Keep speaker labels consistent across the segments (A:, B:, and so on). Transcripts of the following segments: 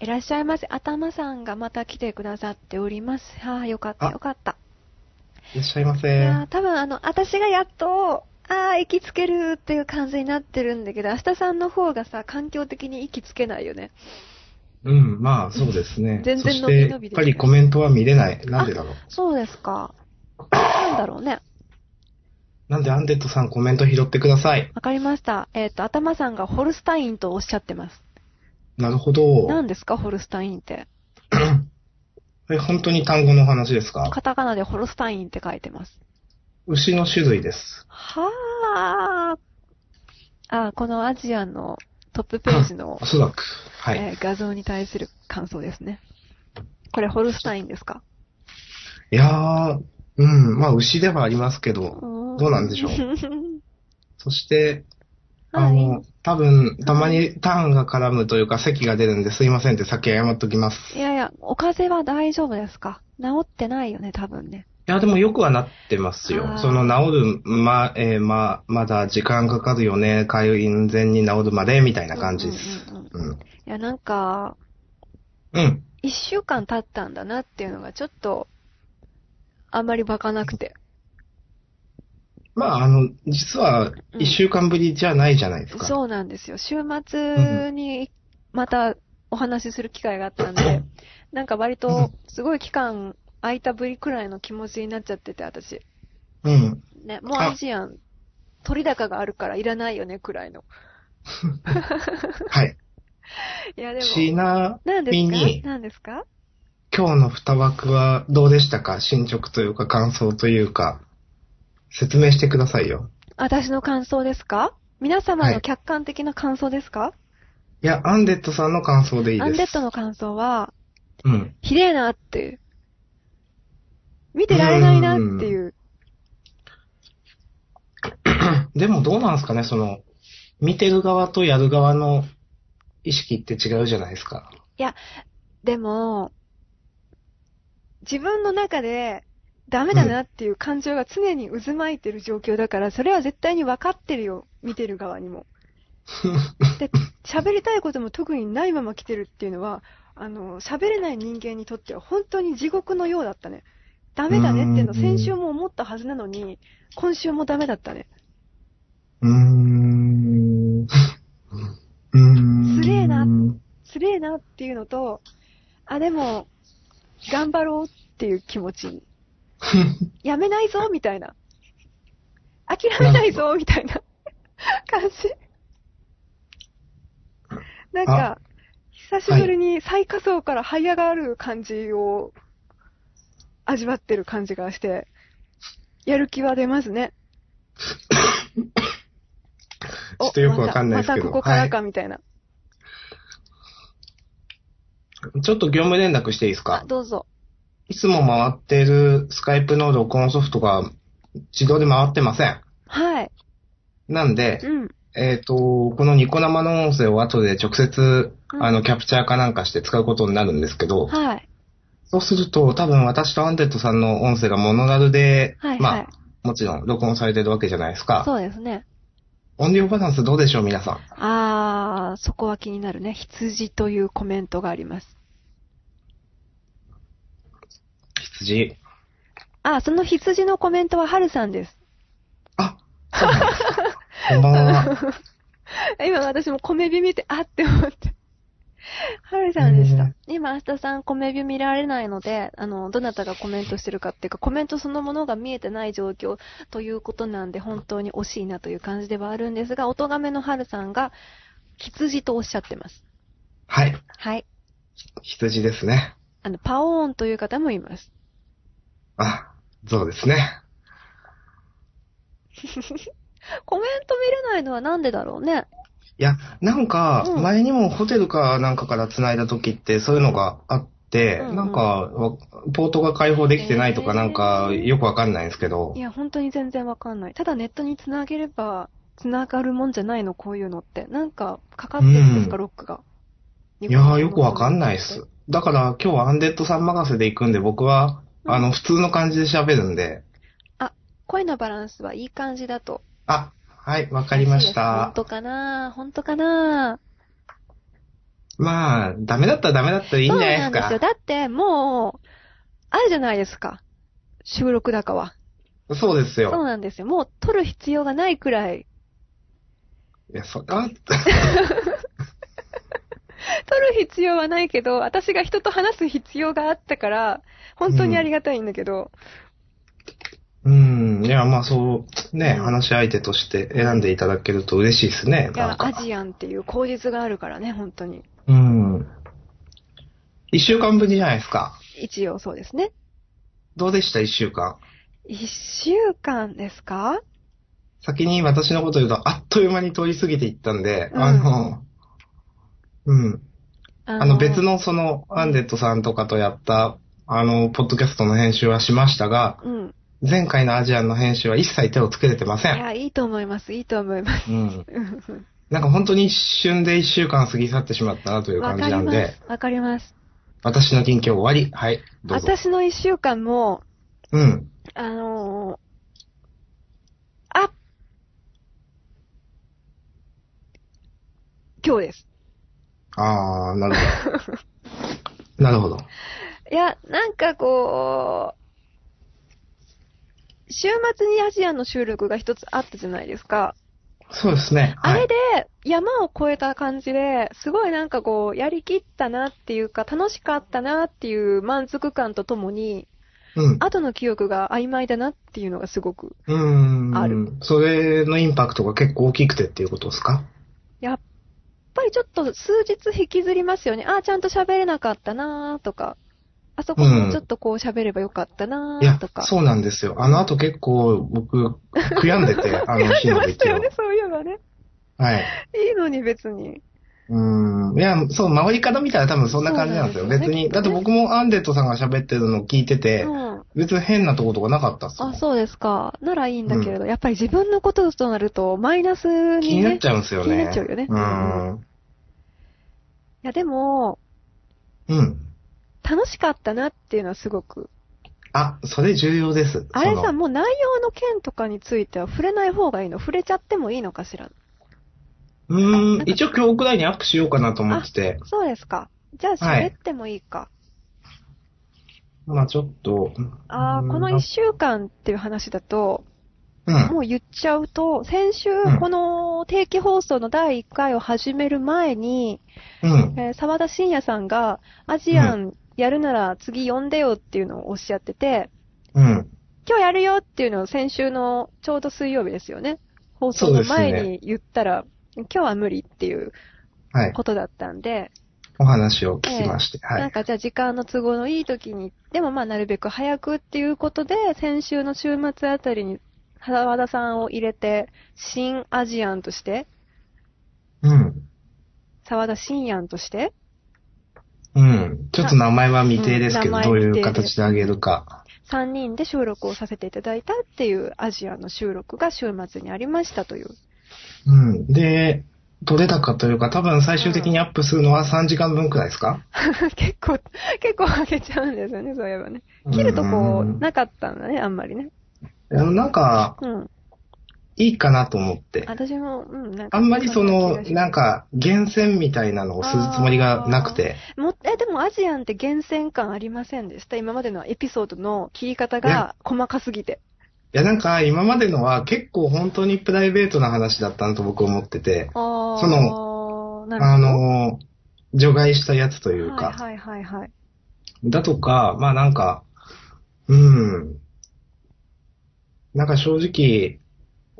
A: いらっしゃいませ。頭さんがまた来てくださっております。はあ、よかった、
B: あ
A: よかった。
B: いらっしゃいま
A: い
B: せ。
A: やー多分あの、私がやっと、あー、息つけるっていう感じになってるんだけど、明日さんの方がさ、環境的に息つけないよね。
B: うん、まあ、そうですね。
A: 全然
B: そし
A: 伸び
B: て、
A: 伸
B: や
A: び
B: っ
A: でき
B: ぱ
A: る
B: りコメントは見れない。なんでだろう。
A: そうですか。なんだろうね。
B: なんでアンデッドさんコメント拾ってください。
A: わかりました。えっ、と、頭さんがホルスタインとおっしゃってます。
B: なるほど。
A: 何ですか、ホルスタインって。
B: え、本当に単語の話ですか
A: カタカナでホルスタインって書いてます。
B: 牛の種類です。
A: はあ。あー、このアジアのトップページの
B: お、そらく。はい。
A: えー画像に対する感想ですね。これホルスタインですか
B: いやー、うん、まあ、牛ではありますけど、
A: ど
B: どうなんでしょうそして、あ
A: はい。
B: の、多分、たまにターンが絡むというか、咳が出るんですいませんって先謝っときます。
A: いやいや、お風邪は大丈夫ですか治ってないよね、多分ね。
B: いや、でもよくはなってます
A: あー
B: よ。その治る、ま、えーま、まだ時間かかるよね。完全に治るまで、みたいな感じです。
A: うんうんうん
B: うん。うん。
A: いや、なんか、一週間経ったんだなっていうのが、ちょっと、あんまりバカなくて。
B: まあ、あの、実は、一週間ぶりじゃないじゃないですか。
A: そうなんですよ。週末に、またお話しする機会があったん で、なんか割と、すごい期間空いたぶりくらいの気持ちになっちゃってて、私。
B: うん。
A: ね、もうアジアン、取り高があるからいらないよね、くらいの。
B: はい。
A: いや、でも、
B: ちな
A: 何で
B: み
A: す
B: に
A: か何ですか
B: 今日の二枠はどうでしたか進捗というか感想というか、説明してくださいよ。
A: 私の感想ですか皆様
B: は
A: の
B: い
A: 客観的な感想ですか、
B: いや、アンデッドさんの感想でいいです。
A: アンデッドの感想は、
B: うん。
A: ひでえなっていう。見てられないなっていう。
B: でもどうなんですかね、その、見てる側とやる側の意識って違うじゃないですか。
A: でも、自分の中で、ダメだなっていう感情が常に渦巻いてる状況だから、それは絶対に分かってるよ。見てる側にも。で、喋りたいことも特にないまま来てるっていうのは、あの、喋れない人間にとっては本当に地獄のようだったね。ダメだねっていうの、
B: うーん
A: 先週も思ったはずなのに、今週もダメだったね。
B: うーん。うーん。
A: すげえな
B: うん
A: すげえなっていうのと、あ、でも、頑張ろうっていう気持 ち。やめないぞみたいな。諦めないぞみたいな感じ。なんか、久しぶりに最下層から這い上がる感じを味わってる感じがして、やる気は出ます ね。
B: ちょっとよくわかんないですけど
A: またまたここからかみたいな。
B: ちょっと業務連絡していいです
A: あ、
B: か
A: どうぞ。
B: いつも回ってるスカイプの録音ソフトが自動で回ってません。
A: はい。
B: なんで、
A: うん。
B: えっ、と、このニコ生の音声を後で直接、
A: うん
B: あの、キャプチャーかなんかして使うことになるんですけど、
A: はい。
B: そうすると、多分私とアンデッドさんの音声がモノラルで、
A: はい、はい。
B: まあ、もちろん録音されてるわけじゃないですか。
A: そうですね。
B: 音量バランスどうでしょう、皆さん。
A: あー、そこは気になるね。羊というコメントがあります。
B: 羊。
A: あ、その羊のコメントはハルさんです。
B: あ、そうなんですか。こんばんは。
A: 今私も米火見て、あって思って。ハルさんでし
B: う
A: た
B: ん。
A: 今、明日さん米火見られないので、あの、どなたがコメントしてるかっていうか、コメントそのものが見えてない状況ということなんで、本当に惜しいなという感じではあるんですが、おとがめのハルさんが、羊とおっしゃってます。
B: はい。
A: はい。
B: 羊ですね。
A: あの、パオーンという方もいます。
B: あ、そうですね。
A: コメント見れないのはなんでだろうね。
B: いや、なんか
A: う、ん
B: 前にもホテルかなんかから繋いだ時って、そういうのがあって、
A: うんうん
B: なんか、わポートが開放できてないと
A: へ
B: か
A: ー
B: なんか、よくわかんないんですけど
A: い、や、本当に全然わかんない。ただネットにつなげれば、つながるもんじゃないの、こういうのって。なんか、かかってるんですか、
B: うん
A: ロックが。
B: いやー、よくわかんないっす。。だから、今日はアンデッドさん任せで行くんで、僕は、
A: うん
B: あの、普通の感じで喋るんで、
A: 声のバランスはいい感じだと。
B: あ、はい、わかりま
A: 嬉
B: し
A: いです
B: た
A: 本。当かな本当かな
B: まあ、ダメだったらダメだったらいいん
A: そ
B: じ
A: う
B: ゃないで
A: なんで
B: す
A: すよ。
B: か。
A: だって、もう、あるじゃないですか。収録だかは。
B: そうです
A: そう
B: よ。
A: なんですよ。もう撮る必要がないくらい。
B: いや、それは、
A: 撮る必要はないけど、私が人と話す必要があったから、本当にありがたいんだけど、
B: うん、いや、まあそう、ね、
A: うん
B: 話し相手として選んでいただけると嬉しいですね。
A: い
B: な
A: や
B: ん、
A: ア
B: か。
A: ジアンっていう口実があるからね、本当に。
B: うん。一週間ぶりじゃないですか。
A: 一応そうですね。
B: どうでした一週間。
A: 一週間ですか
B: 先に私のこと言うと、あっという間に通り過ぎていったんで、
A: うん
B: あの、うん。
A: あ
B: あの別。のその、アンデッドさんとかとやった、あの、ポッドキャストの編集はしましたが、
A: うん。
B: 前回のアジアンの編集は一切手をつけれてませ
A: い
B: ん。
A: や、いいと思います、いいと思います。
B: うん。
A: うん
B: なんか本当に一瞬で一週間過ぎ去ってしまったなという
A: わ
B: 感
A: か
B: じ
A: り
B: なん
A: ま
B: で、
A: す、わかります。
B: 私の近況終わり。はい、どうぞ。
A: 私の一週間も、
B: うん。
A: あのーあ今日です。
B: あー、なるほ ど。なるほど。
A: いや、なんかこう、週末にアジアンの収録が一つあったじゃないですか。
B: そうですね。
A: あ
B: は
A: れ
B: い。
A: で山を越えた感じで、すごいなんかこう、やりきったなっていうか、楽しかったなっていう満足感とともに、
B: うん。
A: 後の記憶が曖昧だなっていうのがすごく、
B: うーん。
A: ある
B: それのインパクトが結構大きくてっていうことですか
A: やっぱりちょっと数日引きずりますよね。ああ、ちゃんと喋れなかったなーとか、あそこもうちょっとこう喋ればよかったないー
B: や
A: とか。、
B: そうなんですよ。あの後結構僕、悔やん でて、あの日
A: やって
B: の
A: ま
B: 出
A: した
B: 来を
A: よ。ね、そういえばね。
B: はい。
A: いいのに別に。
B: うーん。いや、そう、周りから見たら多分そんな感じなんですよ。
A: そうなんですよ
B: 別
A: ね
B: に。だって僕もアンデットさんが喋ってるのを聞いてて、
A: うん。
B: 別に変なとことかなかったっすよ
A: あ、そうですか。ならいいんだけれど、やっぱり自分のこととなると、マイナス
B: 気
A: に
B: になっ
A: ね。い
B: ちゃうんですよね。
A: 気になっちゃうよね
B: うーん。
A: や、でも、
B: うん。
A: 楽しかったなっていうのはすごく。
B: あ、それ重要です。
A: あれ
B: そ
A: さ、
B: の
A: もう内容の件とかについては触れない方がいいの触れちゃってもいいのかしら
B: うーん、一応今日くらいにアップしようかなと思ってて、
A: そうですか。じゃあ
B: はい
A: 喋ってもいいか。
B: まあちょっと。
A: ああ、
B: うん
A: この一週間っていう話だと、
B: うん。
A: もう言っちゃうと、先週
B: うん、
A: この定期放送の第1回を始める前に、
B: うん。
A: えー沢田信也さんが、アジアンやるなら次呼んでよっていうのをおっしゃってて、
B: うん。
A: 今日やるよっていうのを先週のちょうど水曜日ですよね。放送の前
B: そう
A: に言ったら、今日は無理っていう
B: はい。
A: ことだったんで、
B: お話を聞きまして。は
A: なん
B: い。
A: かじゃあ時間の都合のいい時に、でもまあなるべく早くっていうことで、先週の週末あたりに、沢田さんを入れて、新アジアンとして、
B: うん。
A: 沢田新アンとして、
B: うん。ちょっと名前は未定ですけど、
A: うん名
B: どう
A: 前
B: いう
A: 未定で
B: 形であげるか。
A: 3人で収録をさせていただいたっていうアジアンの収録が週末にありましたという。
B: うん。で、取れたかというか、多分最終的にアップするのは3時間分くらいですか
A: 結構、結構上げちゃうんですよね、そういえばね。切るとこ
B: うん
A: なかったんだね、あんまりね。
B: なんか、
A: うん。
B: いいかなと思って。
A: 私も、うん、なんか。
B: あんまりその、
A: んな気がします
B: なんか、厳選みたいなのをするつもりがなくて。
A: もえ、でもアジアンって厳選感ありませんでした今までのエピソードの切り方が細かすぎて。
B: いや、なんか、今までのは結構本当にプライベートな話だったなと僕思ってて、
A: ああ。
B: そ
A: の、なるほど。
B: あの、除外したやつというか、
A: はいはいはいはい。
B: だとか、まあなんか、うん。なんか正直、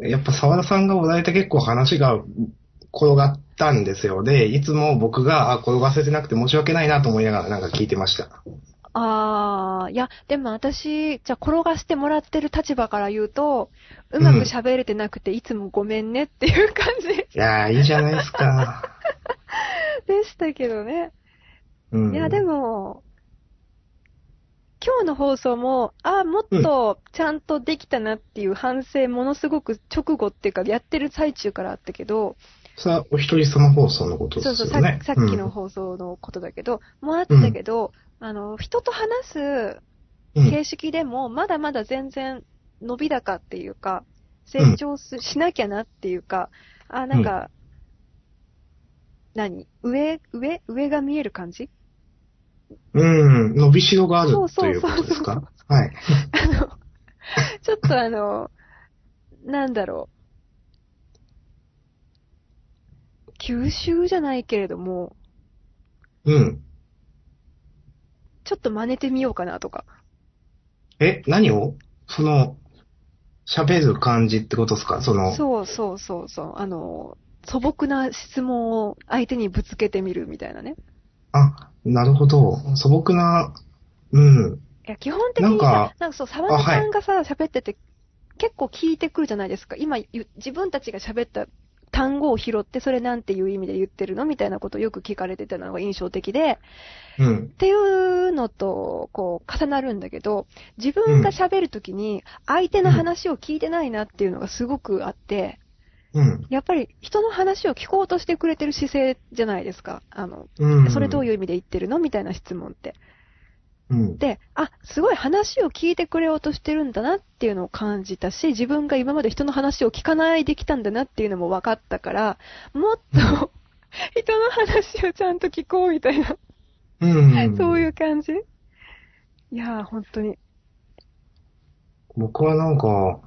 B: やっぱ沢田さんがお題で結構話が転がったんですよ。で、いつも僕が、あ、転がせてなくて申し訳ないなと思いながらなんか聞いてました。
A: ああ、いや、でも私、じゃあ転がしてもらってる立場から言うと、うまく喋れてなくて、いつもごめんねっていう感じで
B: いやー、いいじゃないですか。
A: したけどね。
B: うん。
A: いや、でも、今日の放送も、ああ、もっとちゃんとできたなっていう反省、ものすごく直後っていうか、やってる最中からあったけど、
B: それはお一人様放送のことです
A: そ
B: よ
A: う
B: ね。
A: そう、さっきさっきの
B: うん
A: 放送のことだけど、もあったけど、あの、人と話す
B: うん
A: 形式でも、まだまだ全然伸び高っていうか、成長すしなきゃなっていうか、あ、なんか、何上、上、上が見える感じ
B: うん、伸びしろがあるということで
A: そ
B: す
A: うそう
B: かはい。
A: あの、ちょっとあの、なんだろう。吸収じゃないけれども、
B: うん。
A: ちょっと真似てみようかなとか。
B: え、何をその、喋る感じってことですかその、
A: そうそうそうそう。あの、素朴な質問を相手にぶつけてみるみたいなね。
B: あ、なるほど。素朴な、うん。
A: いや、基本的にさ、
B: なん
A: な
B: か
A: んかそう、沢田さんがさ、喋ってて、結構聞いてくるじゃないですか。今、ゆ自分たちが喋った単語を拾って、それなんていう意味で言ってるのみたいなことをよく聞かれてたのが印象的で、
B: うん
A: っ。ていうのと、こう、重なるんだけど、自分が喋るときに、相手の話を聞いてないなっていうのがすごくあって、
B: うん。
A: やっぱり人の話を聞こうとしてくれてる姿勢じゃないですか。あの、
B: うん。
A: それどういう
B: う
A: 意味で言ってるのみたいな質問って。
B: うん。
A: で、あ、すごい話を聞いてくれようとしてるんだなっていうのを感じたし、自分が今まで人の話を聞かないできたんだなっていうのも分かったから、もっと 人の話をちゃんと聞こうみたいな、
B: うん。
A: そういう感じいやー、本当に。
B: 僕はなんか、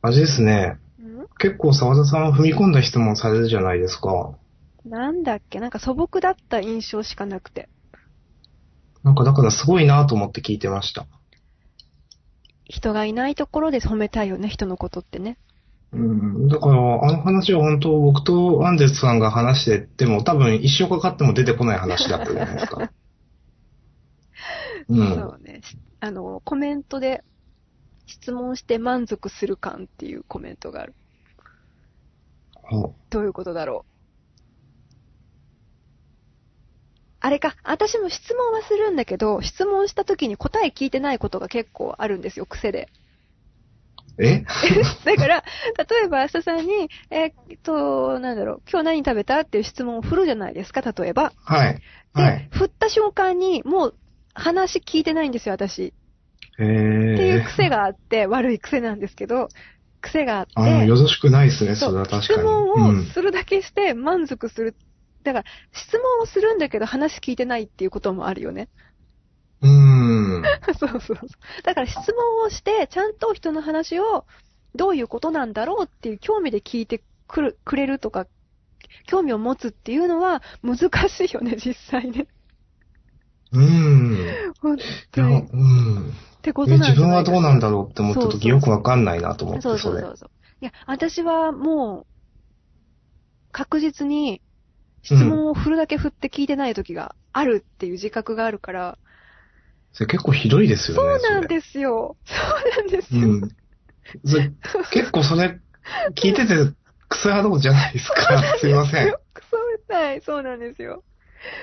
B: あれですね。
A: ん
B: 結構沢田さんは踏み込んだ質問されるじゃないですか。
A: なんだっけなんか素朴だった印象しかなくて。
B: なんかだからすごいなと思って聞いてました。
A: 人がいないところで褒めたいよね、人のことってね。
B: うん。だから、あの話は本当僕とアンデスさんが話してても多分一生かかっても出てこない話だったじゃないです か。う
A: そ
B: ん。
A: うね。しあの、コメントで、質問して満足する感っていうコメントがある。
B: ほ
A: どういうことだろう。あれか、私も質問はするんだけど、質問した時に答え聞いてないことが結構あるんですよ、癖で。
B: うえ
A: だから、例えば明日さんに、えーっと、なんだろう、今日何食べたっていう質問を振るじゃないですか、例えば。
B: はい。
A: で、
B: はい。
A: 振った瞬間に、もう話聞いてないんですよ、私。
B: へ
A: っていう
B: え。
A: 癖があって、悪い癖なんですけど、癖があって。
B: あの、よろしくないですね、
A: そ
B: そうれは確か
A: 質
B: に。
A: 問をするだけして満足する。だから、質問をするんだけど話聞いてないっていうこともあるよね。
B: うん。うん。
A: そうそうそう。だから質問をして、ちゃんと人の話をどういうことなんだろうっていう興味で聞いてくるくれるとか、興味を持つっていうのは難しいよね、 実際ね。
B: うん。
A: 本
B: い
A: 当
B: や、う
A: に。っ
B: ん。
A: てこ
B: え
A: となんじゃ
B: 自分
A: ないで
B: は
A: すか
B: どうなんだろうって思った
A: そうそう
B: 時よくわかんないなと思って、
A: そ
B: そ
A: そ
B: う
A: う
B: れ
A: そ。うそう。いや、私はもう、確実に質問を振るだけ振って聞いてない時があるっていう自覚があるから、
B: それ結構ひどいですよ
A: そう
B: ね。
A: なん
B: す。
A: ですよ。そうなんです
B: う
A: よ。
B: ん。それ結構それ、聞いてて、クソ野郎じゃないですか。すいません。
A: クソみたい。そうなんですよ。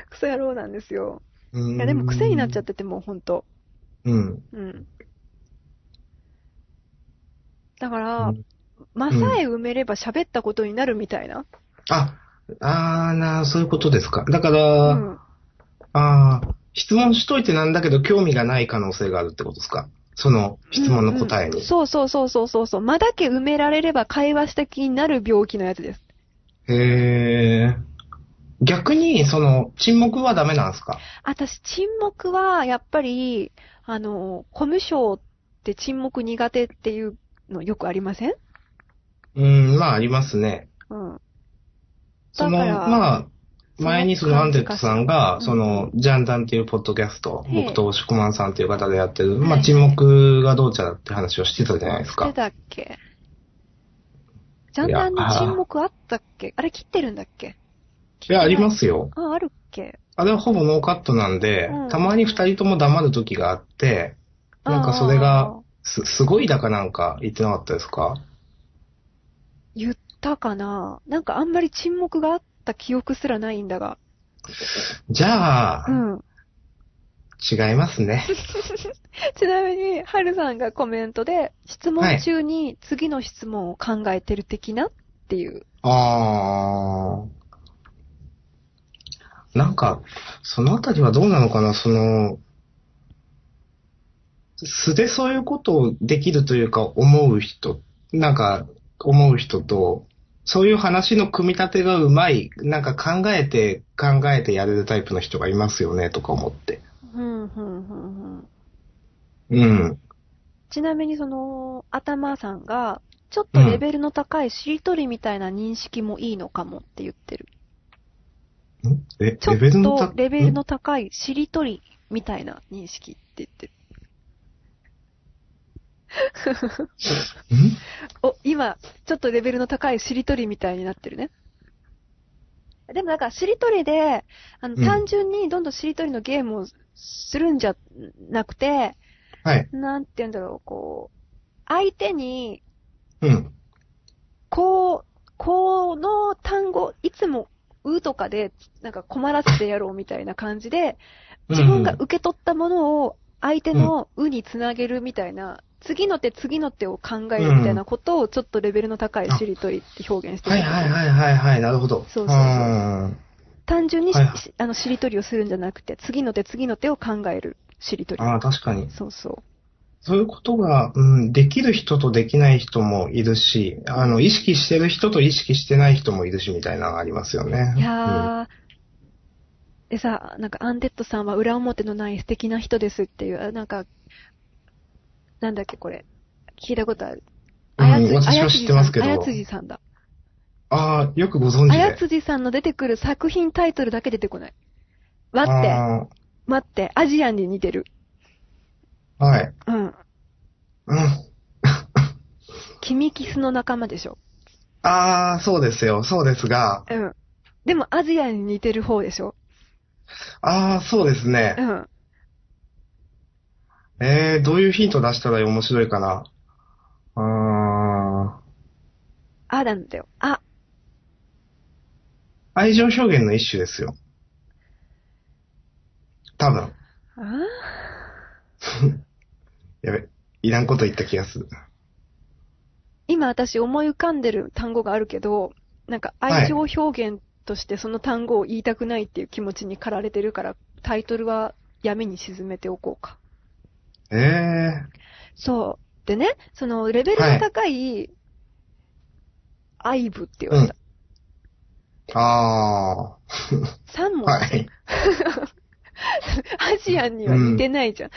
A: クソ野郎なんですよ。
B: うん
A: いや、でも癖になっちゃっててもうほんと。
B: うん。
A: うん。だから、
B: うん。
A: 間さえ埋めれば喋ったことになるみたいな。
B: あ、あーなー、そういうことですか。だから、
A: うん。
B: ああ、質問しといてなんだけど興味がない可能性があるってことですかその質問の答え
A: うんう
B: に
A: ん。そうそうそうそうそうそう。間だけ埋められれば会話した気になる病気のやつです。
B: へえ。逆に、その、沈黙はダメなんですか
A: 私、沈黙は、やっぱり、あの、コミュ障って沈黙苦手っていうのよくありません
B: うん、まあありますね。
A: うん。
B: その、
A: だから
B: まあ、前にそのアンデットさんが、
A: そ
B: そ
A: の
B: の、ジャンダンっていうポッドキャスト、
A: ええ
B: 僕とシコマンさんっていう方でやってる、
A: は
B: ま
A: い
B: あ沈黙がどうちゃらって話をしてたじゃないです
A: して
B: か。
A: たっけジャンダンに沈黙あったっけあれ切ってるんだっけ
B: いや、ありますよ。
A: あ、あるっけ
B: あれはほぼノーカットなんで
A: うん、
B: たまに二人とも黙る時があって、なんかそれが、す、すごいだかなんか言ってなかったですか
A: 言ったかななんかあんまり沈黙があった記憶すらないんだが。
B: じゃあ、
A: うん。
B: 違いますね。
A: ちなみに、はるさんがコメントで、質問中に次の質問を考えてる的なっていう。
B: あー。なんか、そのあたりはどうなのかなその、素でそういうことをできるというか思う人、なんか思う人と、そういう話の組み立てがうまい、なんか考えて考えてやれるタイプの人がいますよね、とか思って。
A: うん、うん、うん、うん。
B: うん。
A: ちなみにその、頭さんが、ちょっとレベルの高いしりとりみたいな認識もいいのかもって言ってる。
B: んえ、
A: ちょ
B: レベルの
A: っ
B: 高
A: とレベルの高いしりとりみたいな認識って言 ってる。
B: ん
A: お、今、ちょっとレベルの高いしりとりみたいになってるね。でもなんか、しりとりで、あの、
B: うん
A: 単純にどんどんしりとりのゲームをするんじゃなくて、
B: はい。
A: なんて言うんだろう、こう、相手に、
B: うん。
A: こう、この単語、いつも、うとかで、なんか困らせてやろうみたいな感じで、自分が受け取ったものを相手のうにつなげるみたいな、次の手次の手を考えるみたいなことをちょっとレベルの高いしりとりって表現して
B: は
A: る
B: いはいはいはいはい、なるほど。
A: そうそうそう
B: ーん
A: 単純にし、
B: はいはい
A: しあのしりとりをするんじゃなくて、次の手次の手を考えるしりとり。
B: ああ、確かに。
A: そうそ
B: そういうことが、うん、できる人とできない人もいるし、あの、意識してる人と意識してない人もいるし、みたいなのがありますよね。
A: う。いやー、でさ、なんかアンデッドさんは裏表のない素敵な人ですっていう、あなんか、なんだっけこれ。聞いたことある。
B: うん
A: あやつじ、
B: 私は知ってますけど
A: あやつじさんだ。
B: うんああ、よくご存知
A: あ
B: で。
A: やつじさんの出てくる作品タイトルだけ出てこない。待って、
B: あ
A: 待って、アジアンに似てる。
B: ーはい。
A: うん。
B: うん。
A: 君キスの仲間でしょ。
B: ああ、そうですよ。そうですが。
A: うん。でもアジアンに似てる方でしょ。
B: ああ、そうですね
A: う。ん。
B: えー、どういうヒント出したら面白いかな。あー
A: あなんだよ。あ、
B: 愛情表現の一種ですよ。多分。
A: あ
B: やべ、いらんこと言った気がする。
A: 今私思い浮かんでる単語があるけど、なんか愛情表現としてその単語を言いたくないっていう気持ちに駆られてるから、タイトルは闇に沈めておこうか。
B: ええ
A: そう。でね、そのレベルの高い、アイブって言われた。
B: ー、あ
A: 三
B: ー、
A: 文
B: は
A: 字。
B: い。
A: アジアンには似てないじゃん。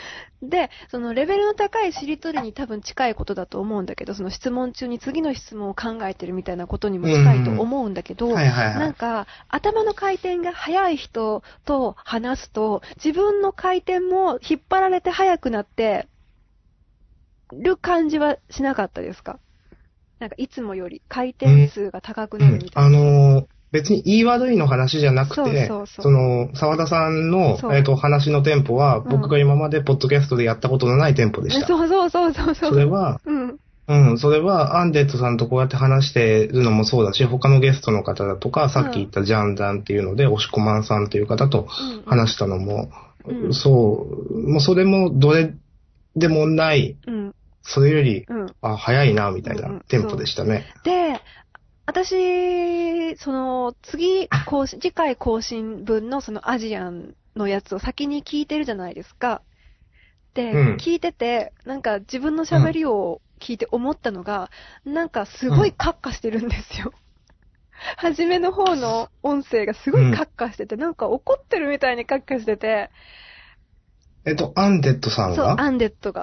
A: で、そのレベルの高いしりとりに多分近いことだと思うんだけど、その質問中に次の質問を考えてるみたいなことにも近いと思うんだけど、
B: はいはいは
A: なん
B: い。
A: か、頭の回転が速い人と話すと、自分の回転も引っ張られて速くなってる感じはしなかったですかなんか、いつもより回転数が高く
B: う
A: なる
B: ん
A: み、たい
B: あ
A: な。
B: のー別に言い悪いの話じゃなくて、
A: そうそうそう
B: の、沢田さんの
A: そ、う
B: えっ、と、話のテンポは、
A: うん
B: 僕が今までポッドキャストでやったことのないテンポでし た。
A: そうそうそうそうそ。
B: そうれは、
A: うん。
B: うん、それは、アンデッドさんとこうやって話してるのもそうだし、他のゲストの方だとか、さっき言ったジャンダンっていうので、押し込まんさんっていう方と
A: うん
B: 話したのも、
A: うん
B: そう、もうそれもどれでもない、
A: うん。
B: それより、
A: うん。
B: あ、早いな、みたい
A: うんうん
B: なテンポでしたね。
A: で、私、その、次、更新、次回更新分のそのアジアンのやつを先に聞いてるじゃないですか。で、
B: うん
A: 聞いてて、なんか自分の喋りを聞いて思ったのが、なんかすごいカッカしてるんですよ。 初めの方の音声がすごいカッカしてて、なんか怒ってるみたいにカッカしてて、
B: えっと、アンデッドさん
A: そう、
B: が
A: アンデッドが。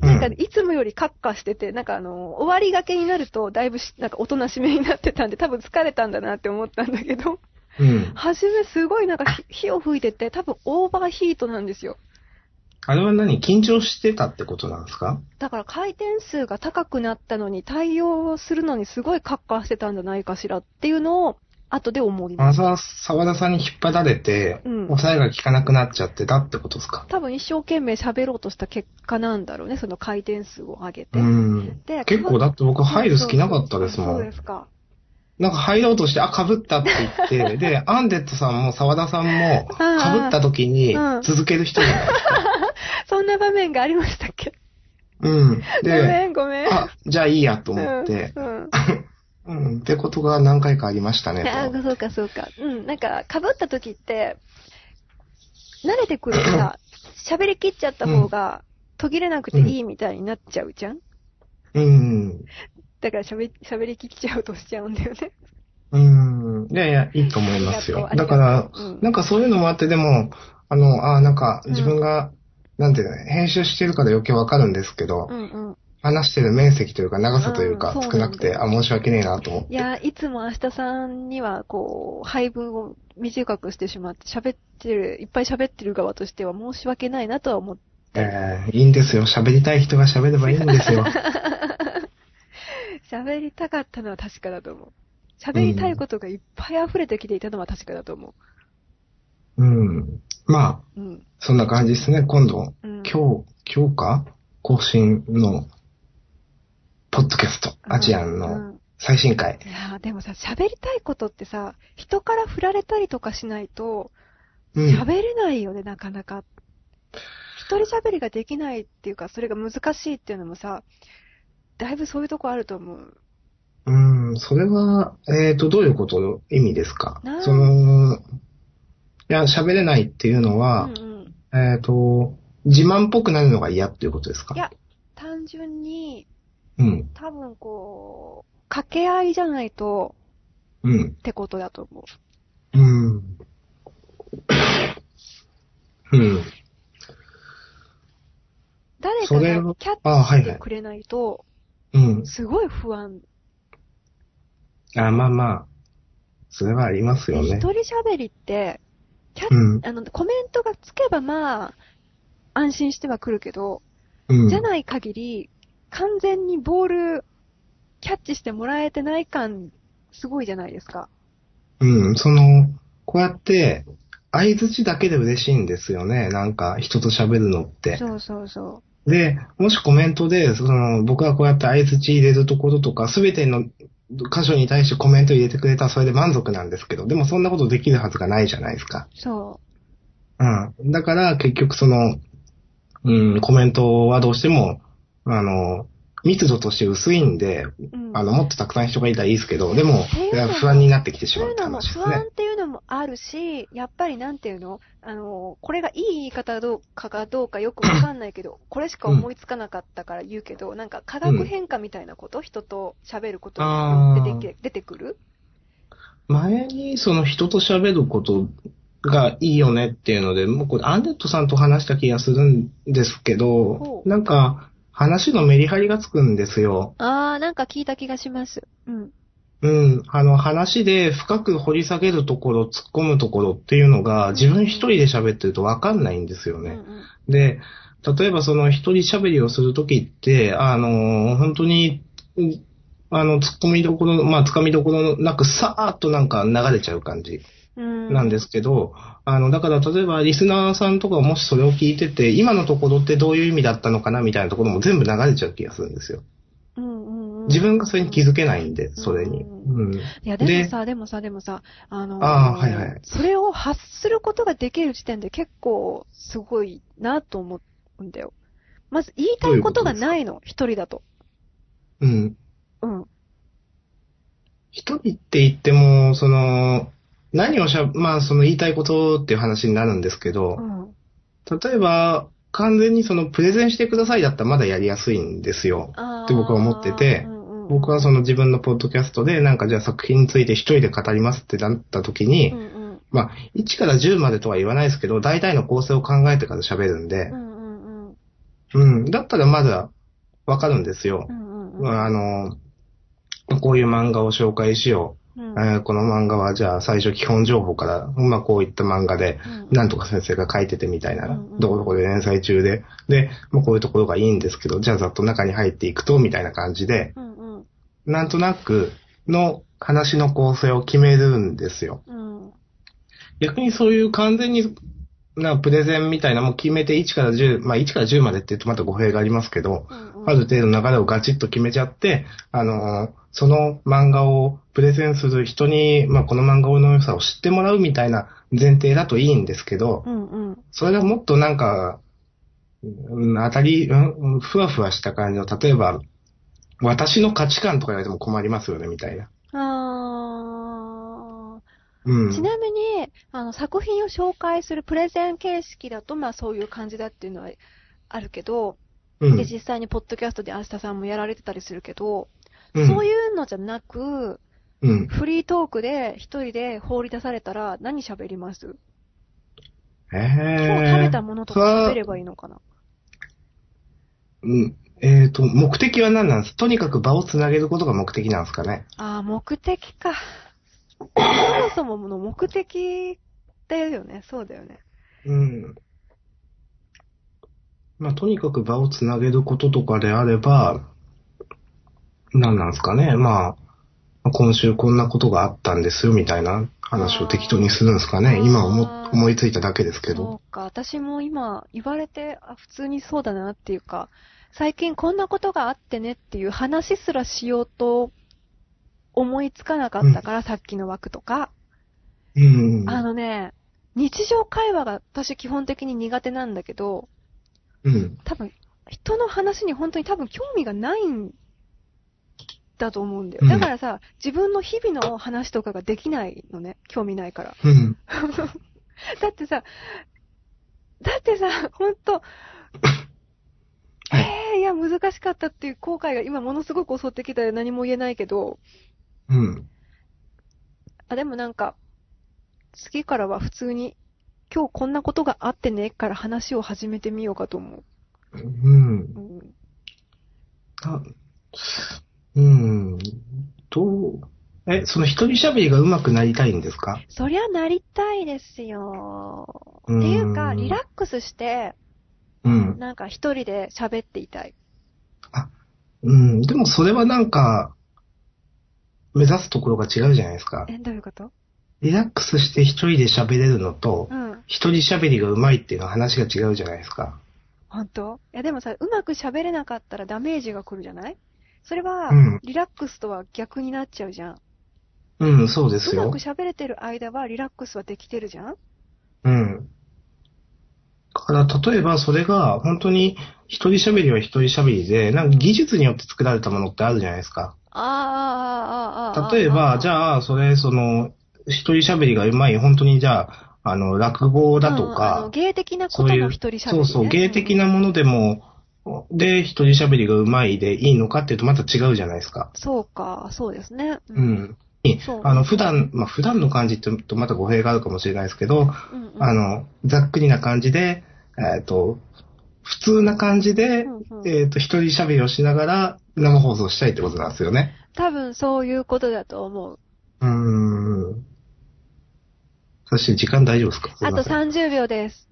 B: うん
A: なんか、いつもよりカッカしてて、なんかあの、終わりがけになると、だいぶし、なんかおとなしめになってたんで、多分疲れたんだなって思ったんだけど、
B: うん。
A: 初めすごいなんかひ火を吹いてて、多分オーバーヒートなんですよ。
B: あれは何緊張してたってことなんですか
A: だから回転数が高くなったのに、対応するのにすごいカッカしてたんじゃないかしらっていうのを、後で思いま。
B: ますさ、沢田さんに引っ張られて、
A: うん
B: 抑えが効かなくなっちゃってたってことですか
A: 多分一生懸命喋ろうとした結果なんだろうね、その回転数を上げて。
B: うん。
A: で
B: 結構だって僕入る隙なかったですも
A: そうで
B: ん。
A: すか。
B: なんか入ろうとして、あ、被ったって言 って、で、アンデッドさんも沢田さんも、被
A: ああ
B: った時に
A: うん
B: 続ける人じゃ ないですか。
A: そんな場面がありましたっけ
B: うん。
A: ご
B: で、
A: めん、ごめん。
B: あ、じゃあいいやと思って、
A: うんうん
B: うん、ってことが何回かありましたね。
A: あ
B: と
A: あ、そうか、そうか。うん、なんか、被った時って、慣れてくると さ、喋り切っちゃった方が、途切れなくていいみたいになっちゃうじゃん、
B: うん。
A: だから喋り、喋りきっちゃうとしちゃうんだよ ね。
B: うん。いやいや、いいと思いますよ。
A: ありが
B: だ
A: と
B: か
A: う
B: ら、
A: うん
B: なんかそういうのもあって、でも、あの、ああ、なんか
A: うん
B: 自分が、なんていうの、編集してるから余計わかるんですけど、
A: うんうん。
B: 話してる面積というか長さというか
A: うんそうなん
B: 少なくて、
A: だよ
B: あ、申し訳ねえなと思っ
A: い
B: て。
A: や、いつも明日さんには、こう、配分を短くしてしまって、喋ってる、いっぱい喋ってる側としては申し訳ないなとは思って。
B: えーいいんですよ。喋りたい人が喋ればいいんで すよ。
A: 喋りたかったのは確かだと思う。喋りたいことがいっぱい溢れてきていたのは確かだと思
B: うん。まあ、
A: う。うん。
B: そんな感じですね。今度、
A: うん。
B: 今日、今日か更新の、ポッドキャスト、アジアン
A: う
B: の
A: ん
B: 最新回。
A: いやーでもさ、喋りたいことってさ、人から振られたりとかしないと、
B: うん。
A: 喋れないよね、なかなか。一人喋りができないっていうか、それが難しいっていうのもさ、だいぶそういうとこあると思う。
B: うん、それは、えっ、と、どういうことの意味ですか
A: なん
B: その、いや、喋れないっていうの
A: う
B: は、
A: んうん。
B: えっ、と、自慢っぽくなるのが嫌っていうことですか
A: いや単純に、
B: うん、
A: 多分こう、掛け合いじゃないと
B: うん、
A: ってことだと思う。
B: うん。うん。
A: 誰
B: そ
A: か
B: れは
A: がキャ
B: あ
A: ッチ
B: はい
A: し
B: はい
A: てくれないと、
B: うん。
A: すごい不安。
B: あ、まあまあ。それはありますよ
A: 一
B: ね。
A: 人喋りって、キャッ
B: うん。
A: あの、コメントがつけばまあ、安心してはくるけど、
B: うん。
A: じゃない限り、完全にボール、キャッチしてもらえてない感、すごいじゃないですか。
B: うん。その、こうやって、相づちだけで嬉しいんですよね。なんか、人と喋るのって。
A: そうそうそ
B: で、もしコメントで、その、僕がこうやって相づち入れるところとか、すべての箇所に対してコメント入れてくれたらそれで満足なんですけど、でもそんなことできるはずがないじゃないですか。
A: う。そ
B: うん。だから、結局その、うん、コメントはどうしても、あの、密度として薄いんで、
A: う。うん。
B: あの、もっとたくさん人がいたらいいですけど、でも
A: っていう、
B: い
A: の
B: や
A: も
B: 不安になってきてし
A: そうい
B: ま
A: うう
B: って
A: のも
B: 話です
A: 不
B: ね
A: 安。っていうのもあるし、やっぱりなんていうのあの、これがいい言い方どうかがどうかよくわかんないけど、これしか思いつかなかったから言うけど、なんか化学変化みたいなこと、人と喋ることによって出て出てくる
B: 前に、その人と喋ることがいいよねっていうので、もうこれ、アンデットさんと話した気がするんですけど
A: ほ、う
B: なんか、話のメリハリがつくんですよ。
A: あー、なんか聞いた気がします。うん。
B: うん。あの、話で深く掘り下げるところ、突っ込むところっていうのが、自分一人で喋ってるとわかんないんですよ
A: うんう
B: ね。
A: ん
B: で、例えばその一人喋りをするときって、あの、本当に、うんあの、突っ込みどころ、まあ、掴みどころなく、さーっとなんか流れちゃう感じ
A: うん
B: なんですけど、あの、だから例えばリスナーさんとかもしそれを聞いてて、今のところってどういう意味だったのかなみたいなところも全部流れちゃう気がするんですよ。
A: うんうんうん
B: 自分がそれに気づけないんで、それに。うん。
A: いや、でもさ、でもさ、でもさ、あのー
B: あーはいはい
A: それを発することができる時点で結構すごいなと思うんだよ。まず言いたいことがないの、一人だと。
B: うん。
A: うん。
B: 一人って言っても、その、何をしゃ、まあ、その言いたいことっていう話になるんですけど、
A: うん。
B: 例えば、完全にそのプレゼンしてくださいだったらまだやりやすいんですよ。
A: あー
B: って僕は思ってて
A: うんうんうん
B: 僕はその自分のポッドキャストでなんかじゃあ作品について一人で語りますってなった時に、
A: うんうん
B: まあ、1から10までとは言わないですけど、大体の構成を考えてから喋るんで
A: う、んうんうん
B: うん、だったらまだわかるんですよ
A: う。んうん
B: まああの、こういう漫画を紹介しよ
A: うん
B: う。えーこの漫画はじゃあ最初基本情報から、まあこういった漫画で、なんとか先生が書いててみたいな、
A: うんうん
B: どこどこで連載中で、で、まあこういうところがいいんですけど、じゃあざっと中に入っていくと、みたいな感じで、
A: うんうん
B: なんとなくの話の構成を決めるんですよ。
A: うんうん
B: 逆にそういう完全に、なプレゼンみたいなもう決めて1から10、まあ1から10までって言うとまた語弊がありますけど、
A: うん
B: ある程度の流れをガチッと決めちゃって、あのーその漫画をプレゼンする人に、まあこの漫画の良さを知ってもらうみたいな前提だといいんですけど、
A: うんうん
B: それがもっとなんか、うん当たり、うんふわふわした感じの、例えば、私の価値観とか言われても困りますよね、みたいな。
A: あー。
B: うん。
A: ちなみに、あの、作品を紹介するプレゼン形式だと、まあそういう感じだっていうのはあるけど、
B: うん
A: で、実際にポッドキャストで明日さんもやられてたりするけど、
B: うん
A: そういうのじゃなく、
B: うん。
A: フリートークで一人で放り出されたら何喋ります
B: え
A: 今
B: え
A: 日食べたものと
B: それ
A: か
B: は
A: 喋ればいいのかな
B: うん。えっ、と、目的は何なんですとにかく場をつなげることが目的なんですかね。
A: ああ、目的か。そもそもの目的だよね。そうだよね。
B: うん。まあ、とにかく場をつなげることとかであれば、何なんですかね。まあ、今週こんなことがあったんですよ、みたいな話を適当にするんですか
A: あ
B: ね。
A: ー
B: 今思、思いついただけですけど。
A: そうか。私も今言われて、あ、普通にそうだなっていうか、最近こんなことがあってねっていう話すらしようと思いつかなかったから、さっきの枠とか。
B: うん。
A: あのね、日常会話が私基本的に苦手なんだけど、
B: うん。
A: 多分、人の話に本当に多分興味がないんだと思うんだよ。
B: うん
A: だからさ、自分の日々の話とかができないのね。興味ないから。
B: うん。
A: だってさ、だってさ、ほんと、
B: は
A: えー、いや、難しかったっていう後悔が今ものすごく襲ってきたで何も言えないけど、
B: うん。
A: あ、でもなんか、次からは普通に、今日こんなことがあってねから話を始めてみようかと思
B: うん
A: う。。うん
B: あうん。どう、え、その一人喋りが上手くなりたいんですか
A: そりゃなりたいですよ。
B: うん
A: っていうか、リラックスして、
B: うん。
A: なんか一人で喋っていたい。
B: うん。でもそれはなんか、目指すところが違うじゃないですか。
A: え、どういうこと
B: リラックスして一人で喋れるのと、
A: うん。
B: 一人喋りが上手いっていうのは話が違うじゃないですか。
A: 本当いや、でもさ、うまく喋れなかったらダメージが来るじゃないそれは
B: うん、
A: リラックスとは逆になっちゃうじゃん。
B: うん、そうです
A: うま
B: よ
A: く。喋れてる間はリラックスはできてるじゃん
B: うん。だから、例えばそれが本当に一人喋りは一人喋りで、なんか技術によって作られたものってあるじゃないですか。
A: ああ、ああ、ああ、ああ。
B: 例えば、じ
A: あ
B: ゃあ、それ、その、一人喋りが上手い、本当にじゃあ、あの、落語だと
A: うんあの
B: か、
A: 芸的なこ
B: そう
A: と
B: い
A: の
B: う、
A: 一人喋り、ね。
B: そうそう、芸的なものでも、で、一人喋りが上手いでいいのかっていうとまた違うじゃないですか。
A: そうか、そうですね。う
B: う。ん。
A: そう
B: あの、普段、まあ、普段の感じって言うとまた語弊があるかもしれないですけど、
A: うんうん
B: あの、ざっくりな感じで、えっ、と、普通な感じで、
A: うんうん
B: えっ、と、一人喋りをしながら生放送したいってことなんですよね。
A: 多分そういうことだと思う。
B: うーん。そして時間大丈夫ですかすい
A: あ
B: ま
A: と
B: せん
A: 30秒です。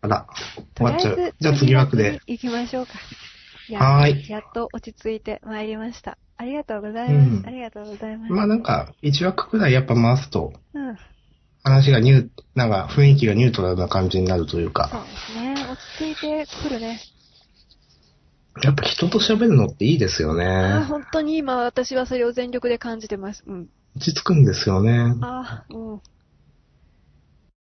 B: あら、終
A: とり
B: わ
A: あ
B: っちゃ
A: え
B: う
A: ず。、
B: じゃあ次枠で。。
A: 行きましょうか。いや
B: はーい
A: やっと落ち着いてまいりました。ありがとうございます。
B: うん
A: ありがとうございます。
B: まあなん、か、一枠くらいやっぱ回すと、
A: うん。そ
B: 話がニュー、なんか雰囲気がニュートラルな感じになるという
A: う
B: か、
A: ですね。落ち着いてくるね。
B: やっぱ人と喋るのっていいですよ
A: あー
B: ね。
A: 本当に今私はそれを全力で感じてます。うん。
B: 落ち着くんですよね。
A: ああ、うん。